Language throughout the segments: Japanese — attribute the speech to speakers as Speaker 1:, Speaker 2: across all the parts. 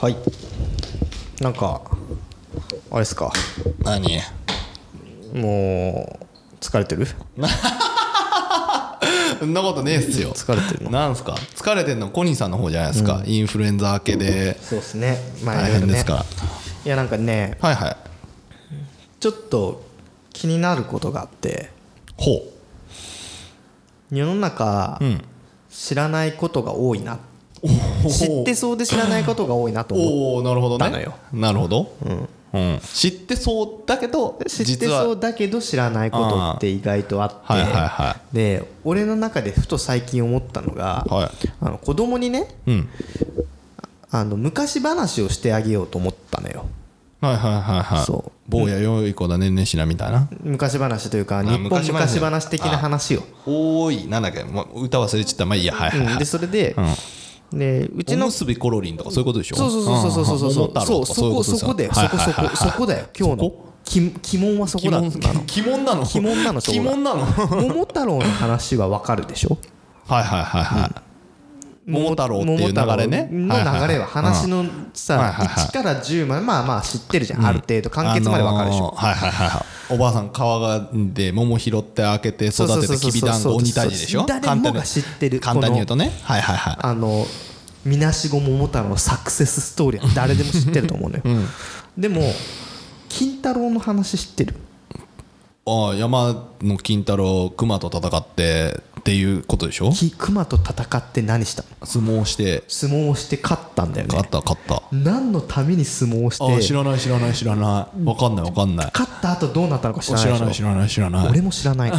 Speaker 1: はいなんかあれですか
Speaker 2: 何
Speaker 1: もう疲れてる
Speaker 2: そんなことねえっすよ
Speaker 1: 疲れてるの
Speaker 2: なんすか疲れてんのコニーさんの方じゃないですか、インフルエンザ明けで
Speaker 1: そうですねまあ
Speaker 2: 大変ですから、
Speaker 1: いやなんかね
Speaker 2: はいはい
Speaker 1: ちょっと気になることがあって
Speaker 2: ほ
Speaker 1: 世の中
Speaker 2: ううん
Speaker 1: 知らないことが多いな知ってそうで知らないことが多いなと思う
Speaker 2: おおなるほどね
Speaker 1: なのよ
Speaker 2: なるほど、うん知ってそうだけど
Speaker 1: 知ってそうだけど知らないことって意外とあって
Speaker 2: はいはいは
Speaker 1: で俺の中でふと最近思ったのが、
Speaker 2: いは
Speaker 1: あの子供にね
Speaker 2: いうん
Speaker 1: あの昔話をしてあげようと思ったのよ
Speaker 2: はいはいはいはい
Speaker 1: そう
Speaker 2: 坊や良い子だねねしなみたいな
Speaker 1: 昔話というか日本
Speaker 2: 昔話
Speaker 1: 昔話的な話を
Speaker 2: おーいなんだっけ、ま、歌忘れちゃったまあいいやはいはいは
Speaker 1: う
Speaker 2: い、
Speaker 1: んでそれででうち
Speaker 2: お
Speaker 1: の
Speaker 2: むすびコロリンとかそういうことでしょ
Speaker 1: そうそうそうそうそうそうそううん
Speaker 2: 桃太
Speaker 1: そ
Speaker 2: 郎
Speaker 1: うそ
Speaker 2: とかいう
Speaker 1: こ
Speaker 2: こと
Speaker 1: そこだ
Speaker 2: ですよ
Speaker 1: よそこそ
Speaker 2: はい
Speaker 1: こそこだよ今日
Speaker 2: そ
Speaker 1: の
Speaker 2: こ
Speaker 1: き鬼門はそこだったの
Speaker 2: 鬼門なの
Speaker 1: 鬼門なのそこ
Speaker 2: 鬼
Speaker 1: が
Speaker 2: 門なのはい
Speaker 1: 桃太郎の話はわかるでしょ
Speaker 2: はいはいはい桃太郎っていう流れね
Speaker 1: 桃太郎の流れは話の
Speaker 2: はい
Speaker 1: さ
Speaker 2: はいはい
Speaker 1: 1から10までまあまあ知ってるじゃんある程度完結までわかるでしょ
Speaker 2: あのーはいはいはいはいおばあさん川がで桃拾って開けて育ててきびだんご鬼退治でしょ
Speaker 1: 誰
Speaker 2: 簡
Speaker 1: も
Speaker 2: 単に
Speaker 1: が知ってる
Speaker 2: 簡単に言う
Speaker 1: こと
Speaker 2: ねはいはいはい
Speaker 1: のあのみなしご桃太郎のサクセスストー リーは誰でも知ってると思うのよ、でも金太郎の話知ってる
Speaker 2: ああ山の金太郎熊と戦ってっていうことでしょ
Speaker 1: き熊と戦って何したの
Speaker 2: 相撲して
Speaker 1: 相撲をして勝ったんだよね
Speaker 2: 勝った勝った
Speaker 1: 何のために相撲をして
Speaker 2: ああ知
Speaker 1: 勝
Speaker 2: らない知らない知らないわかんないわかんない
Speaker 1: った後どうなったのか知
Speaker 2: あ
Speaker 1: らないで
Speaker 2: 知ら
Speaker 1: しょ
Speaker 2: ない知らない知らない
Speaker 1: 俺も知らない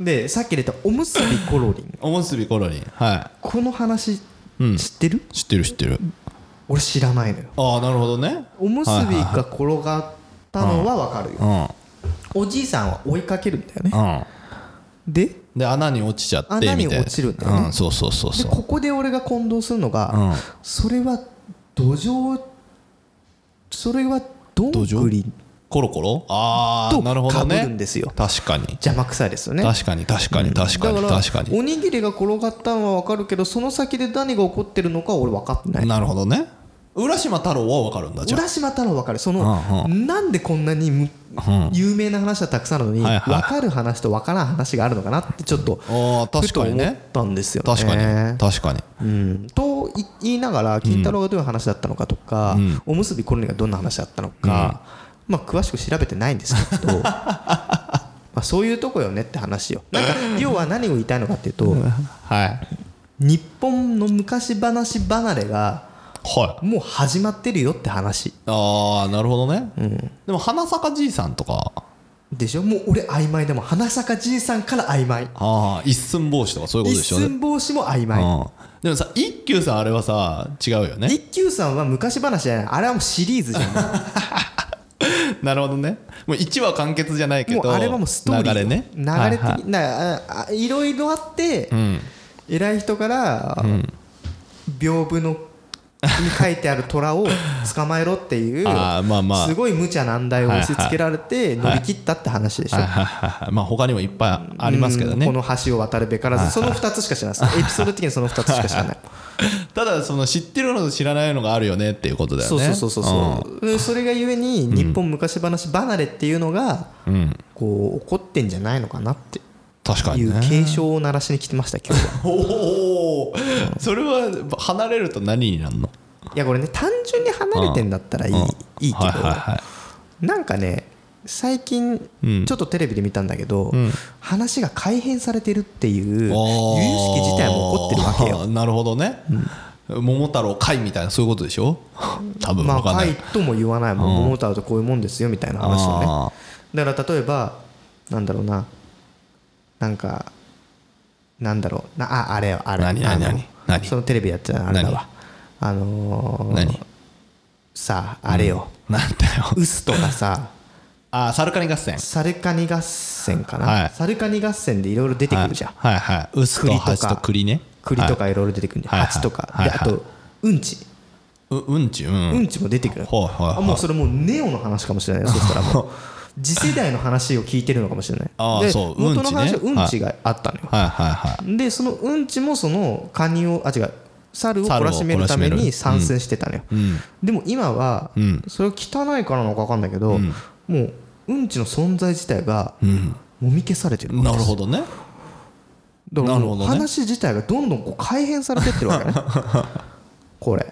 Speaker 1: でさっき出たおむすびコロリン
Speaker 2: おむすびコロリンは
Speaker 1: この話知ってる、
Speaker 2: い知ってる知ってる
Speaker 1: 俺知らないのよ
Speaker 2: ああなるほどね
Speaker 1: おむす
Speaker 2: はい
Speaker 1: び
Speaker 2: はい
Speaker 1: が転がったのはわかるよ
Speaker 2: は
Speaker 1: おじいさんは追いかけるんだよね
Speaker 2: いうんうん
Speaker 1: で
Speaker 2: で穴に落ちちゃってみ
Speaker 1: 穴
Speaker 2: たい
Speaker 1: に
Speaker 2: な
Speaker 1: 落ちるんだよね
Speaker 2: うん、そうそうそう
Speaker 1: で
Speaker 2: そう
Speaker 1: ここで俺が混同するのが、
Speaker 2: うん
Speaker 1: それは土壌それはどん
Speaker 2: 土
Speaker 1: ぐり
Speaker 2: 壌コロコロあ
Speaker 1: と
Speaker 2: あなるほど
Speaker 1: かぶるん
Speaker 2: ね
Speaker 1: ですよ
Speaker 2: 確かに
Speaker 1: 邪魔くさいですよね
Speaker 2: 確かに確かに確かに
Speaker 1: だから
Speaker 2: 確かに
Speaker 1: おにぎりが転がったのは分かるけどその先で何が起こってるのかは俺分かってない
Speaker 2: なるほどね浦島太郎は分かるんだじゃあ
Speaker 1: 浦島太郎分かるその、
Speaker 2: う
Speaker 1: なんでこんなにむ、
Speaker 2: うん
Speaker 1: 有名な話はたくさんあるのに、
Speaker 2: はいはい
Speaker 1: 分かる話と分からん話があるのかなってちょっと
Speaker 2: あー確かに
Speaker 1: ふと
Speaker 2: ね
Speaker 1: 思ったんですよね
Speaker 2: 確かに確かに
Speaker 1: うん、とい言いながら金太郎がどういう話だったのかとか、
Speaker 2: うん
Speaker 1: おむすびコロニーがどんな話だったのか、まあ、詳しく調べてないんですけ どまあそういうとこよねって話よなんか要は何を言いたいのかっていうと
Speaker 2: はい
Speaker 1: 日本の昔話離れが
Speaker 2: はい
Speaker 1: もう始まってるよって話
Speaker 2: ああなるほどねでも花咲かじいさんとか
Speaker 1: でしょもう俺曖昧でもん花咲かじいさんから曖昧
Speaker 2: ああ一寸法師とかそういうことで
Speaker 1: 一
Speaker 2: しょうね
Speaker 1: 寸法師も曖昧
Speaker 2: うんでもさ一休さんあれはさ違うよね
Speaker 1: 一休さんは昔話じゃないあれはもうシリーズじゃん
Speaker 2: なるほどねもう1話完結じゃないけ
Speaker 1: も
Speaker 2: ど
Speaker 1: うあれはもうストーリー
Speaker 2: 流
Speaker 1: よ
Speaker 2: れね
Speaker 1: 流れ的
Speaker 2: はいはい
Speaker 1: なああいろいろあって、
Speaker 2: うん
Speaker 1: 偉い人から、屏風のに書いてある虎 を捕まえろっていう
Speaker 2: あーまあまあ
Speaker 1: すごい無茶難題を押し付けられて乗り切ったって話でしょ、
Speaker 2: はいはいはいはいまあ他にもいっぱいありますけどね
Speaker 1: うんこの橋を渡るべからずその2つしか知らないですエピソード的にその2つしか知らない
Speaker 2: ただその知ってるのと知らないのがあるよねっていうことだよ
Speaker 1: そう
Speaker 2: ね
Speaker 1: そうそうそうそう、でそれがゆえに日本昔話離れっていうのが
Speaker 2: うん、うん
Speaker 1: こう起こってんじゃないのかなって
Speaker 2: 確か
Speaker 1: い
Speaker 2: に
Speaker 1: う
Speaker 2: ね
Speaker 1: 警鐘を鳴らしに来てました今日は
Speaker 2: おおそれは離れると何になるの
Speaker 1: いやこれね単純に離れてんだったらいい,、
Speaker 2: うん
Speaker 1: いいけど、
Speaker 2: はいはいはい
Speaker 1: なんかね最近
Speaker 2: うん
Speaker 1: ちょっとテレビで見たんだけど、
Speaker 2: ん
Speaker 1: 話が改変されてるっていう由
Speaker 2: あ
Speaker 1: 々しき事態も起こってるわけよ
Speaker 2: ーなるほどね、桃太郎会みたいなそういうことでしょ多分
Speaker 1: まあ
Speaker 2: 分かんない、
Speaker 1: 怪とも言わないもん桃太郎とこういうもんですよみたいな話をね
Speaker 2: あ
Speaker 1: だから例えばなんだろうななんかなんだろうなああれよあれ
Speaker 2: 何何
Speaker 1: あの
Speaker 2: 何何
Speaker 1: そのテレビやってたのあれだわあの
Speaker 2: ー
Speaker 1: ー
Speaker 2: 何
Speaker 1: さああれよ、
Speaker 2: なんだよ
Speaker 1: ウスとかさ
Speaker 2: ああサルカニ合戦
Speaker 1: サルカニ合戦かな、
Speaker 2: はい
Speaker 1: サルカニ合戦でいろいろ出てくるじゃん、
Speaker 2: はいはいはい薄と
Speaker 1: 栗とか
Speaker 2: ハチと栗ね
Speaker 1: 栗と
Speaker 2: は
Speaker 1: かいろいろ出てくるじゃん、
Speaker 2: はい
Speaker 1: 蜂とか、
Speaker 2: は
Speaker 1: で
Speaker 2: いはい
Speaker 1: あとうんち、
Speaker 2: いううんちうん、
Speaker 1: うんちも出てくる、
Speaker 2: はいはいはい
Speaker 1: あもうそれもうネオの話かもしれないよそしたらも う次世代の話を聞いてるのかもしれない
Speaker 2: あー
Speaker 1: で
Speaker 2: そう
Speaker 1: 元の話は
Speaker 2: う
Speaker 1: うん
Speaker 2: んちね
Speaker 1: ちがあったのよ、
Speaker 2: はいはいはい
Speaker 1: でそのうんちもそのカニをあ違う猿を懲らしめるため
Speaker 2: 猿を懲らしめ
Speaker 1: に
Speaker 2: る
Speaker 1: 参戦してたのよ、
Speaker 2: うん
Speaker 1: でも今は、
Speaker 2: うん
Speaker 1: それは汚いからなのか分かんないけど、
Speaker 2: うん
Speaker 1: もううんちの存在自体が
Speaker 2: うん
Speaker 1: もみ消されてる
Speaker 2: なるほどね
Speaker 1: だから
Speaker 2: なる
Speaker 1: も
Speaker 2: ほ
Speaker 1: う
Speaker 2: どね
Speaker 1: 話自体がどんどんこう改変されてってるわけ ねこれ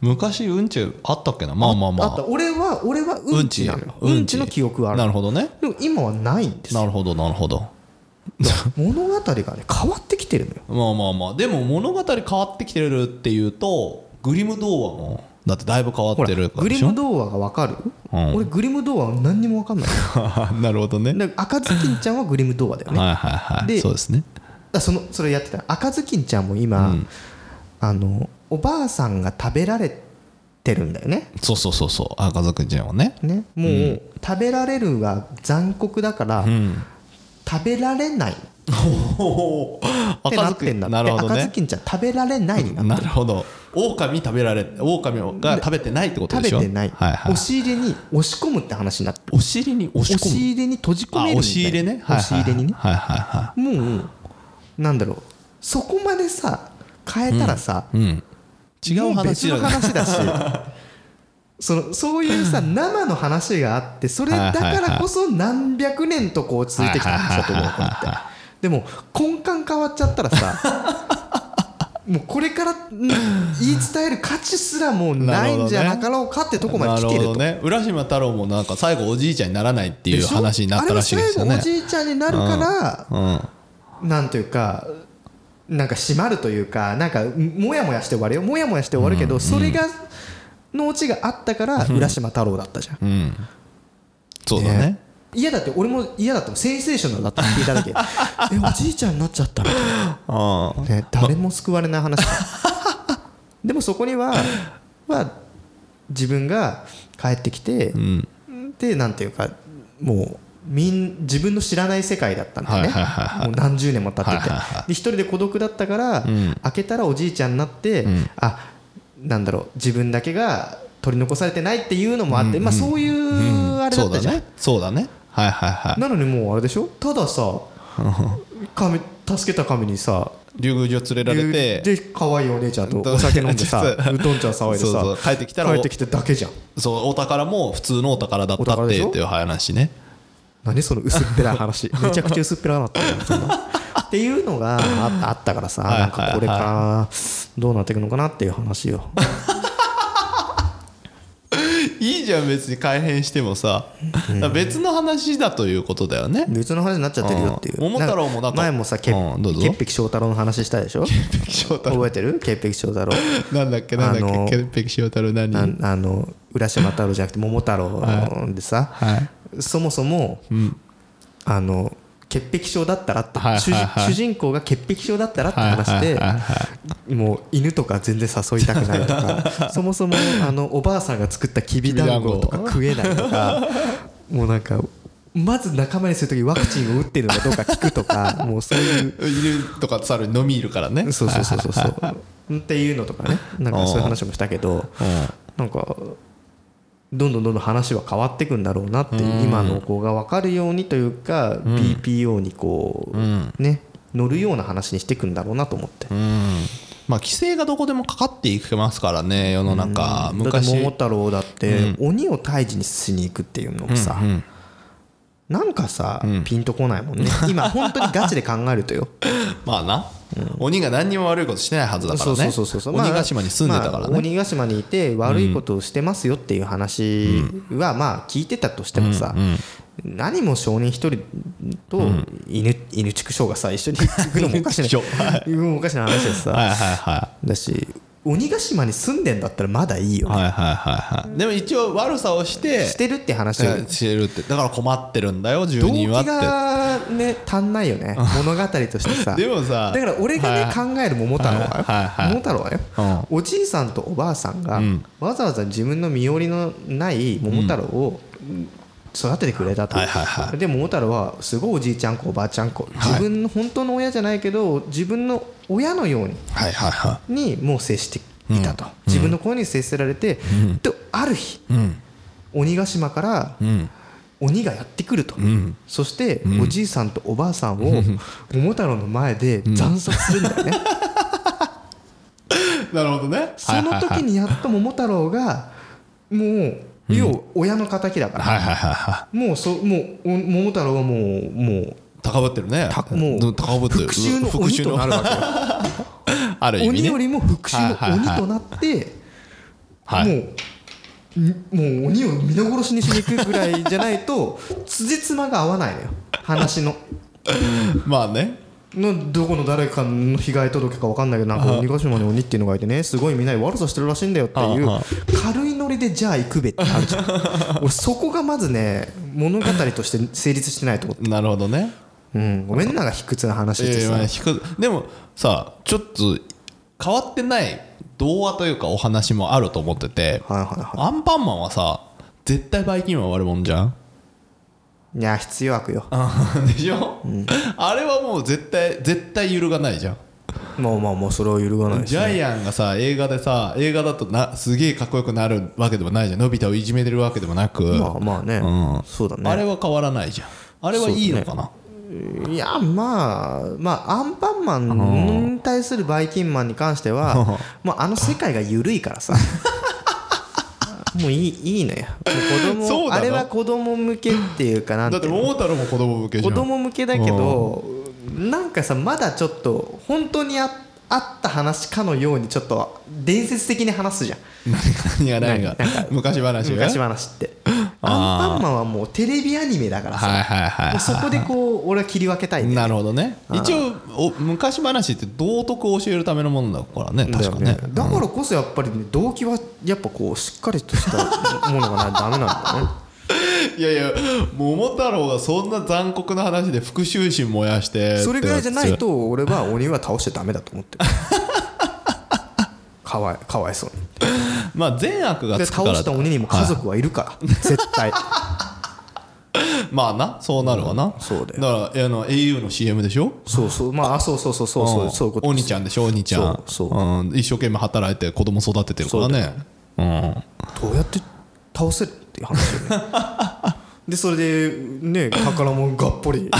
Speaker 2: 昔うんちあったっけなまあまあま
Speaker 1: あ
Speaker 2: あ
Speaker 1: った俺は俺はうんちなのよ
Speaker 2: う
Speaker 1: うんちの記憶はあ
Speaker 2: な
Speaker 1: る
Speaker 2: るほどね
Speaker 1: でも今はないんですよ
Speaker 2: なるほどなるほど
Speaker 1: 物語がね変わってきてるのよ
Speaker 2: まあまあまあでも物語変わってきてるっていうとグリム童話もだってだいぶ変わっ
Speaker 1: ほら
Speaker 2: てるから
Speaker 1: グ
Speaker 2: で
Speaker 1: リ
Speaker 2: しょ
Speaker 1: ム童話が分かる、
Speaker 2: うん
Speaker 1: 俺グリム童話は何にも分かんない
Speaker 2: なるほどね
Speaker 1: だから赤ずきんちゃんはグリム童話だよね
Speaker 2: はいはいは
Speaker 1: で
Speaker 2: いそうですね
Speaker 1: あそのそれやってた赤ずきんちゃんも今、
Speaker 2: うん
Speaker 1: あのおばあさんが食べられてるんだよね
Speaker 2: そうそうそうそう赤ずきんちゃんはね
Speaker 1: ねもう、食べられるが残酷だから、
Speaker 2: うん
Speaker 1: 食べられないってな
Speaker 2: 赤
Speaker 1: っ
Speaker 2: ずき
Speaker 1: てんだって
Speaker 2: なるほど
Speaker 1: 赤ず
Speaker 2: ね
Speaker 1: きんちゃん食べられないになっ
Speaker 2: なるほど狼食べられ狼が食べてないってこと
Speaker 1: 食べ
Speaker 2: でしょ
Speaker 1: てない、
Speaker 2: はいはい
Speaker 1: 押し入れに押し込むって話になって
Speaker 2: お尻に押し
Speaker 1: 押
Speaker 2: 込む
Speaker 1: し入れに閉じ込
Speaker 2: あ
Speaker 1: めるみたいな
Speaker 2: 押し入れねはい
Speaker 1: 押し入れにね
Speaker 2: はいはいは
Speaker 1: もうなんだろうそこまでさ変えたらさ、
Speaker 2: いうん違う
Speaker 1: も
Speaker 2: 話
Speaker 1: 別
Speaker 2: じゃ
Speaker 1: の
Speaker 2: ない
Speaker 1: 話 だしそのそういうさ生の話があってそれだからこそ何百年とこう続いてきた話だと思うこれってでも根幹変わっちゃったらさ もうこれからん言い伝える価値すらもうないんじゃなかろうかってとこまで来てると
Speaker 2: なるほどね浦島太郎もなんか最後おじいちゃんにならないってい
Speaker 1: で
Speaker 2: う
Speaker 1: しょ
Speaker 2: 話になったらしいですよ
Speaker 1: あれ
Speaker 2: ね
Speaker 1: は最後おじいちゃんになるから、
Speaker 2: うん
Speaker 1: なんというかなんか締まるというかなんかもやもやして終わるよもやもやして終わるけど、それがのうちがあったから浦島太郎だったじゃん、
Speaker 2: うんそうだね
Speaker 1: 嫌だって俺も嫌だってセンセーショナルだったって聞いた だけえおじいちゃんになっちゃったみたい
Speaker 2: ああ
Speaker 1: な、ね、誰も救われない 話だでもそこには、まあ、自分が帰ってきて、
Speaker 2: うん
Speaker 1: でなんていうかもうみん自分の知らない世界だったんだよね、
Speaker 2: はいはいはいはい
Speaker 1: もう何十年も経ってて、
Speaker 2: はいはいは
Speaker 1: で一人で孤独だったから、
Speaker 2: ん
Speaker 1: 開けたらおじいちゃんになって、
Speaker 2: ん
Speaker 1: あなんだろう自分だけが取り残されてないっていうのもあって、まあ、そういうあれだ
Speaker 2: そ
Speaker 1: っ
Speaker 2: う
Speaker 1: た
Speaker 2: だ
Speaker 1: じゃん、
Speaker 2: ねそうだねはいはいはい
Speaker 1: なのにもうあれでしょただ さ神助けた神にさ
Speaker 2: 竜宮城連れられて
Speaker 1: で可愛いお姉ちゃんとお酒飲んで さ
Speaker 2: そう
Speaker 1: うどんちゃん騒いでさ
Speaker 2: そうそう帰ってきたら
Speaker 1: 帰ってきてだけじゃん
Speaker 2: そうお宝も普通のお宝だっ
Speaker 1: お
Speaker 2: た
Speaker 1: 宝
Speaker 2: っ
Speaker 1: で
Speaker 2: て
Speaker 1: しょ
Speaker 2: っていう話ね
Speaker 1: 何その薄っぺらい 話めちゃくちゃ薄っぺらだったよそんなっていうのがああったからさ
Speaker 2: はい
Speaker 1: なんかこれからどうなっていくのかなっていう話よ
Speaker 2: いいじゃん別に改変してもさ別の話だということだよね
Speaker 1: 別の話になっちゃってるよっていう
Speaker 2: うん桃太郎もなんか
Speaker 1: 前もさ潔
Speaker 2: うんどうぞ
Speaker 1: 潔癖翔太郎の話したでしょ
Speaker 2: 翔太郎
Speaker 1: 覚えてる潔癖翔太 郎
Speaker 2: なんだっけなんだ
Speaker 1: あの
Speaker 2: っけ潔癖翔太郎何
Speaker 1: な
Speaker 2: はい
Speaker 1: んあの浦島太郎じゃなくて桃太郎でさ、そもそも、あの潔癖症だったらって、
Speaker 2: はいはいは
Speaker 1: 主
Speaker 2: い
Speaker 1: 人主人公が潔癖症だったらって
Speaker 2: はい
Speaker 1: 話で、
Speaker 2: はいはい
Speaker 1: もう犬とか全然誘いたくないと かそもそもあのおばあさんが作ったきびだんごとか
Speaker 2: きびだ
Speaker 1: 食えな
Speaker 2: んご
Speaker 1: いと かもうなんかまず仲間にするときワクチンを打ってるのかどうか聞くとかもうそう いう
Speaker 2: 犬とか猿飲みいるからね
Speaker 1: そうそうそうそうそうっていうのとかねなんかそういう話もしたけどなんかどんどんどんどん話は変わっていくんだろうなっていう今の子が分かるようにというか BPO にこうね乗るような話にしていくんだろうなと思って
Speaker 2: うんまあ規制がどこでもかかっていきますからね世の中
Speaker 1: だって
Speaker 2: 昔
Speaker 1: 桃太郎だって鬼を退治にしに行くっていうのもさ
Speaker 2: うん
Speaker 1: なんかさピンとこないもんね今本当にガチで考えるとよ
Speaker 2: まあな鬼が何にも悪いことしてないはずだから
Speaker 1: そうそ
Speaker 2: ね
Speaker 1: うそうそうまあ
Speaker 2: 鬼ヶ島に住んでたから
Speaker 1: まあ
Speaker 2: ね
Speaker 1: 鬼ヶ島にいて悪いことをしてますよっていう話はまあ聞いてたとしてもさ何も少年一人と犬犬畜生がさ一緒に行くのもおかし
Speaker 2: 畜
Speaker 1: なうんおかしな話で
Speaker 2: はい
Speaker 1: さ
Speaker 2: はいはい
Speaker 1: だし鬼ヶ島に住んでんだったらまだいいよね
Speaker 2: はいはいはいはいでも一応悪さをして
Speaker 1: してるって話を
Speaker 2: うんしてるってだから困ってるんだよ住
Speaker 1: 動機
Speaker 2: 人はっ
Speaker 1: がね足んないよ ね物語としてさ
Speaker 2: てでもさ
Speaker 1: だから俺がね、考える桃太郎はよ、
Speaker 2: はいはい
Speaker 1: 桃太郎はよ、おじいさんとおばあさんが、わざわざ自分の身寄りのない桃太郎を育ててくれたと、
Speaker 2: はいはいは
Speaker 1: で桃太郎はすごいおじいちゃん子おばあちゃん子自分の本当の親じゃないけど自分の親のように
Speaker 2: はいはいは
Speaker 1: にもう接していたと、自分の子に接せられて、とある日
Speaker 2: いうん
Speaker 1: 鬼ヶ島から
Speaker 2: うん
Speaker 1: 鬼がやってくると、
Speaker 2: うん
Speaker 1: そして、おじいさんとおばあさんを桃太郎の前で惨殺するんだよね、
Speaker 2: なるほどね
Speaker 1: その時にやっと桃太郎がもう要は親の敵だか
Speaker 2: はい
Speaker 1: ら
Speaker 2: はいはいは
Speaker 1: もうそもうお桃太郎はもうもう
Speaker 2: い高ぶってるね
Speaker 1: たもう
Speaker 2: 高ぶってる
Speaker 1: 復讐の鬼となるわけよ
Speaker 2: ある意
Speaker 1: 鬼
Speaker 2: 味
Speaker 1: よ
Speaker 2: ね
Speaker 1: りも復讐の鬼となって、
Speaker 2: はい
Speaker 1: もうにもう鬼を皆殺しにしに行くぐらいじゃないと辻褄が合わないのよ話の
Speaker 2: まあね
Speaker 1: のどこの誰かの被害届か分かんないけどなんか鬼ヶ島に鬼っていうのがいてねすごいみんなに悪さしてるらしいんだよっていう
Speaker 2: あああ
Speaker 1: 軽いノリでじゃあ行くべってある じゃん俺そこがまずね物語として成立してないと思って、
Speaker 2: なるほどね
Speaker 1: うん、ごめんなが卑屈な話して
Speaker 2: えーま
Speaker 1: さ、
Speaker 2: あ低くでもさちょっと変わってない童話というかお話もあると思ってて
Speaker 1: はいはいは
Speaker 2: アンパンマンはさ絶対ばい菌は悪者じゃん
Speaker 1: いいや必要悪よ
Speaker 2: でしょ、あれはもう絶対絶対揺るがないじゃん
Speaker 1: まあまあまあそれは揺るがないです
Speaker 2: ジ
Speaker 1: ね
Speaker 2: ャイアンがさ映画でさ映画だとなすげえかっこよくなるわけでもないじゃんのび太をいじめてるわけでもなく、
Speaker 1: まあまあね、
Speaker 2: うん
Speaker 1: そうだね
Speaker 2: あれは変わらないじゃんあれはいいのかな、
Speaker 1: いやまあまあアンパンマンに対するバイキンマンに関して はもうあの世界が緩いからさもういいいいのよもう子
Speaker 2: そ
Speaker 1: 供
Speaker 2: うなの
Speaker 1: あれは子供向けっていうかなん
Speaker 2: だ
Speaker 1: て
Speaker 2: って
Speaker 1: いうの
Speaker 2: 桃太郎も子供向けじゃ
Speaker 1: 子
Speaker 2: ん
Speaker 1: 供向けだけどなんかさまだちょっと本当にああった話かのようにちょっと伝説的に話すじゃん
Speaker 2: 何が何が
Speaker 1: 何なんか
Speaker 2: 昔話が
Speaker 1: 昔話ってアンパンマンはもうテレビアニメだからさ
Speaker 2: はいはいはい
Speaker 1: もうそこでこう俺は切り分けたいんだよ
Speaker 2: なるほどね一応お昔話って道徳を教えるためのものだからね確か
Speaker 1: だ
Speaker 2: ね
Speaker 1: よだからこそやっぱりね動機はやっぱこうしっかりとしたものがないとダメなん だよね
Speaker 2: いやいや桃太郎がそんな残酷な話で復讐心燃やして
Speaker 1: それぐらいじゃないと俺は鬼は倒しちゃダメだと思ってる かわいかわいそうに
Speaker 2: まあ善悪が
Speaker 1: で
Speaker 2: つくか
Speaker 1: 倒
Speaker 2: ら
Speaker 1: した鬼にも家族はいるから 絶対
Speaker 2: まあなそうなるわな、
Speaker 1: そうだよ
Speaker 2: だからあの au の CM でしょ
Speaker 1: そうそうまああそうそうそうそうそ
Speaker 2: ん
Speaker 1: うそういうこと
Speaker 2: 鬼ちゃんでしょ鬼ちゃん
Speaker 1: そうそ
Speaker 2: うん、一生懸命働いて子供育ててるからねうん
Speaker 1: どうやって倒せるっていう話よね でそれでね宝物がっぽり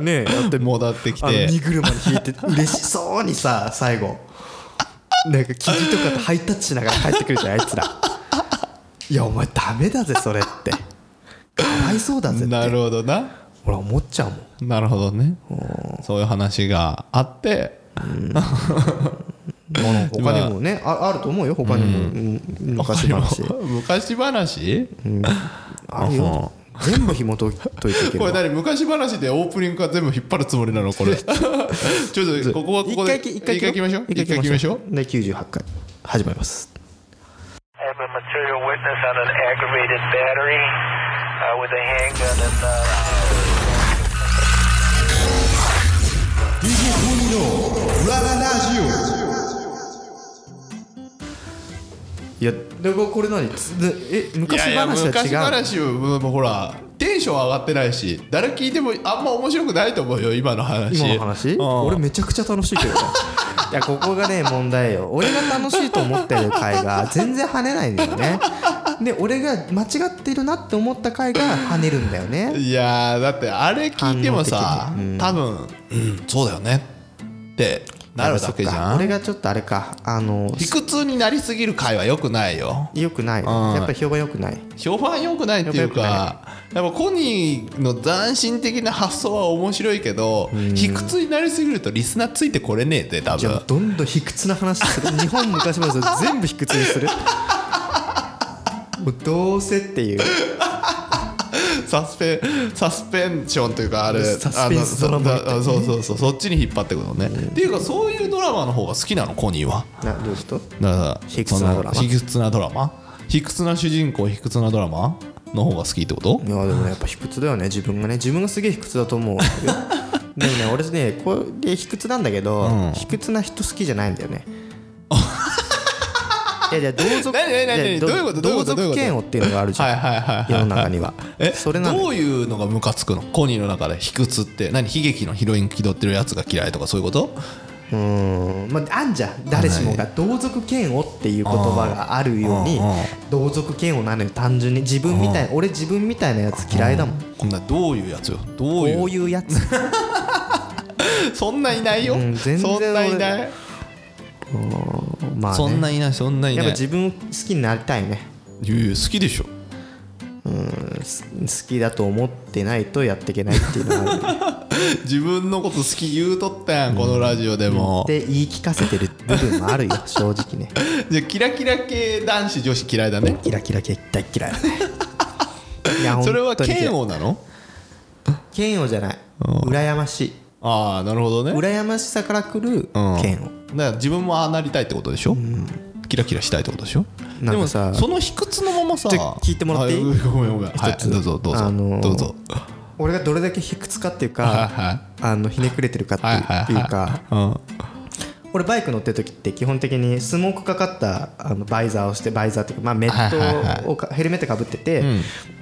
Speaker 1: ねやって
Speaker 2: 戻ってき
Speaker 1: あの
Speaker 2: て
Speaker 1: 荷車に引いて嬉しそうにさ最後なんか生地とかとハイタッチしながら帰ってくるじゃんあいつらいやお前ダメだぜそれってかわいそうだぜって
Speaker 2: なるほどな
Speaker 1: 俺思っちゃうもん
Speaker 2: なるほどねそういう話があって
Speaker 1: まあ他にもねああると思うよ他にも、うん昔話
Speaker 2: 昔話
Speaker 1: あるよ全部紐解いといていけ
Speaker 2: これ
Speaker 1: ば
Speaker 2: 何昔話でオープニングから全部引っ張るつもりな のこれちょっとここはこ
Speaker 1: 一
Speaker 2: こで
Speaker 1: 回き一回
Speaker 2: 行きましょう
Speaker 1: 一回
Speaker 2: 一回行きましょう
Speaker 1: で98回始まります
Speaker 3: I have a material witness on an aggravated battery uh, with a handgun and. Uh
Speaker 1: いやでもこれ何つでえ
Speaker 2: いや
Speaker 1: 昔
Speaker 2: いや
Speaker 1: 話は違う
Speaker 2: 昔話をもうほらテンション上がってないし誰聞いてもあんま面白くないと思うよ今の話
Speaker 1: 今の話
Speaker 2: うん
Speaker 1: 俺めちゃくちゃ楽しいけどね いやここがね問題よ俺が楽しいと思ってる回が全然跳ねないんだよねで俺が間違ってるなって思った回が跳ねるんだよね
Speaker 2: いやーだってあれ聞いてもさ
Speaker 1: 反応的にうん
Speaker 2: 多分うんそうだよねってなるだけじ
Speaker 1: そっ
Speaker 2: ゃ
Speaker 1: か俺
Speaker 2: ん
Speaker 1: がちょっとあれかあの
Speaker 2: 卑屈になりすぎる回は良くないよ
Speaker 1: よくない
Speaker 2: ん
Speaker 1: やっぱ評判よくない
Speaker 2: 評判良くないっていうかやっぱコニーの斬新的な発想は面白いけど卑屈になりすぎるとリスナーついてこれねえで多
Speaker 1: じゃあ
Speaker 2: 分
Speaker 1: どんどん卑屈な話する日本昔話を全部卑屈に するもうどうせっていう
Speaker 2: サスペンサスペンションというかあれ
Speaker 1: サスペンスドラマみたいな
Speaker 2: あのそそうそうそうそっちに引っ張ってくのねっていうかそういうドラマの方が好きなのコニーは
Speaker 1: などういうこと
Speaker 2: だから
Speaker 1: 卑屈なドラマ
Speaker 2: その卑屈なドラマ卑屈な主人公卑屈なドラマの方が好きってこと
Speaker 1: いやでもねやっぱ卑屈だよね自分がね自分がすげえ卑屈だと 思うよでもね俺ねこれ卑屈なんだけど、
Speaker 2: うん
Speaker 1: 卑屈な人好きじゃないんだよ ねいやいや同族
Speaker 2: 何何何
Speaker 1: いやど
Speaker 2: どういうことどういう
Speaker 1: 同
Speaker 2: ことどう
Speaker 1: 族
Speaker 2: いうこと
Speaker 1: 嫌悪っていうのがあるじゃん、
Speaker 2: はいはいはいはい
Speaker 1: 世の中には
Speaker 2: え
Speaker 1: それなの
Speaker 2: どういうのがムカつくのコニーの中で卑屈って何悲劇のヒロイン気取ってるやつが嫌いとかそういうこと
Speaker 1: うーんまああんじゃん誰しもが同族嫌悪っていう言葉があるように
Speaker 2: うんうん
Speaker 1: 同族嫌悪なのよ単純に自分みたい俺自分みたいなやつ嫌いだもん
Speaker 2: こんなどういうやつよど
Speaker 1: こ
Speaker 2: ういう
Speaker 1: ういうや つ
Speaker 2: そんないないよ、
Speaker 1: うん全然
Speaker 2: そんないな
Speaker 1: 俺
Speaker 2: い
Speaker 1: まあね
Speaker 2: そんないないそんない
Speaker 1: や
Speaker 2: な
Speaker 1: っ
Speaker 2: い
Speaker 1: ぱ自分好きになりたいね
Speaker 2: いやいや好きでしょ
Speaker 1: うんす好きだと思ってないとやっていけないっていうのがある
Speaker 2: 自分のこと好き言うとったやんこのラジオでも、
Speaker 1: って言い聞かせてる部分もあるよ正直ね
Speaker 2: じゃあキラキラ系男子女子嫌いだね
Speaker 1: キラキラ系大っ嫌いだねいや
Speaker 2: それは
Speaker 1: 本当に嫌い
Speaker 2: 嫌悪なの
Speaker 1: 嫌悪じゃない羨ましい
Speaker 2: ああなるほどね
Speaker 1: 羨ましさからくる
Speaker 2: うん
Speaker 1: 嫌悪
Speaker 2: だから自分もああなりたいってことでしょ、キラキラしたいってことでしょ
Speaker 1: なんかさ
Speaker 2: でもその卑屈のままさ
Speaker 1: ちょ聞いてもらっていい
Speaker 2: あごめんごめんはい
Speaker 1: つ
Speaker 2: どうぞどうぞ、
Speaker 1: あのー
Speaker 2: どうぞ
Speaker 1: 俺がどれだけ卑屈かっていう
Speaker 2: は
Speaker 1: か
Speaker 2: いはい
Speaker 1: あのひねくれてるかってい
Speaker 2: は
Speaker 1: う
Speaker 2: いはい
Speaker 1: っていうか
Speaker 2: は
Speaker 1: 俺バイク乗ってる時って基本的にスモークかかったあのバイザーをしてバイザーっていうかまあメッ
Speaker 2: はいはいはい
Speaker 1: トをかヘルメットかぶってて
Speaker 2: う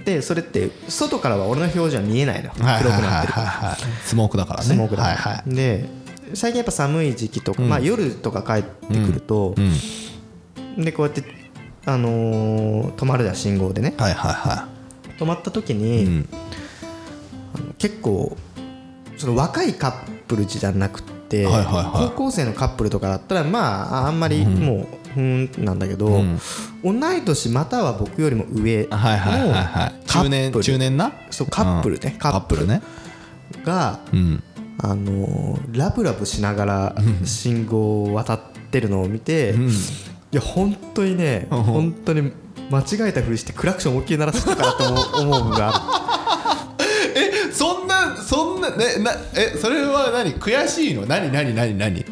Speaker 1: でそれって外からは俺の表情は見えないの
Speaker 2: いはい
Speaker 1: 黒くなってる
Speaker 2: はいはいはいスモークだからね
Speaker 1: スモークだ
Speaker 2: は
Speaker 1: か
Speaker 2: い
Speaker 1: ら
Speaker 2: はい
Speaker 1: で最近やっぱ寒い時期とか、まあ、夜とか帰ってくると、
Speaker 2: うん
Speaker 1: でこうやって、あのー止まるじゃん信号でね
Speaker 2: はいはいは
Speaker 1: 止まった時
Speaker 2: い
Speaker 1: に、
Speaker 2: うん
Speaker 1: 結構その若いカップルじゃなくて、
Speaker 2: はいはいはい
Speaker 1: 高校生のカップルとかだったらまああんまりもうふーんなんだけど、
Speaker 2: うん
Speaker 1: 同い年または僕よりも上の
Speaker 2: はいはいはいはい
Speaker 1: カ
Speaker 2: 中
Speaker 1: ップ
Speaker 2: 年
Speaker 1: ル
Speaker 2: 中年な
Speaker 1: そうカップルね
Speaker 2: うん
Speaker 1: カ
Speaker 2: カ
Speaker 1: ッ
Speaker 2: ッ
Speaker 1: プ
Speaker 2: プ
Speaker 1: ル
Speaker 2: ルね
Speaker 1: が、
Speaker 2: うん
Speaker 1: あのーラブラブしながら信号を渡ってるのを見て、
Speaker 2: うん
Speaker 1: いや本当にね
Speaker 2: うん
Speaker 1: 本当に間違えたふりしてクラクション思いっきり鳴らしてたかなと思う 思う部分がある
Speaker 2: えそんなそんなねなえそれは何悔しいの何何何何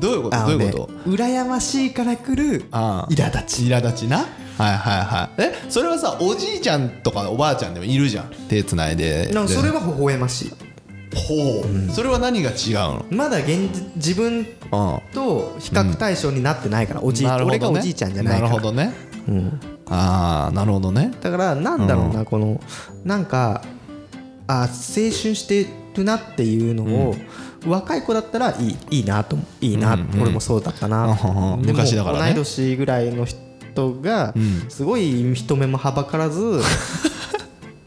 Speaker 2: どういうこと
Speaker 1: あ
Speaker 2: ど
Speaker 1: の
Speaker 2: うい
Speaker 1: ね
Speaker 2: うこと
Speaker 1: 羨ましいから来る
Speaker 2: ああ
Speaker 1: 苛立ち
Speaker 2: 苛立ちなはいはいはいえそれはさおじいちゃんとかおばあちゃんでもいるじゃん手つないで
Speaker 1: なんかそれ
Speaker 2: は
Speaker 1: は微笑ましい
Speaker 2: ほう、それは何が違うの
Speaker 1: まだ現実自分
Speaker 2: うん
Speaker 1: と比較対象になってないから、おじい
Speaker 2: なるほど
Speaker 1: 俺
Speaker 2: ね
Speaker 1: がおじいちゃんじゃないから
Speaker 2: なるほどね
Speaker 1: うん
Speaker 2: ああなるほどね
Speaker 1: だからなんだろうな、
Speaker 2: う
Speaker 1: このなんかあ青春してるなっていうのを、若い子だったらいいいいなと思ういいな、
Speaker 2: うんうん
Speaker 1: 俺もそうだったな、
Speaker 2: うんうん
Speaker 1: でも
Speaker 2: 昔だから
Speaker 1: 同
Speaker 2: ね
Speaker 1: い年ぐらいの人が
Speaker 2: うん
Speaker 1: すごい人目もはばからず、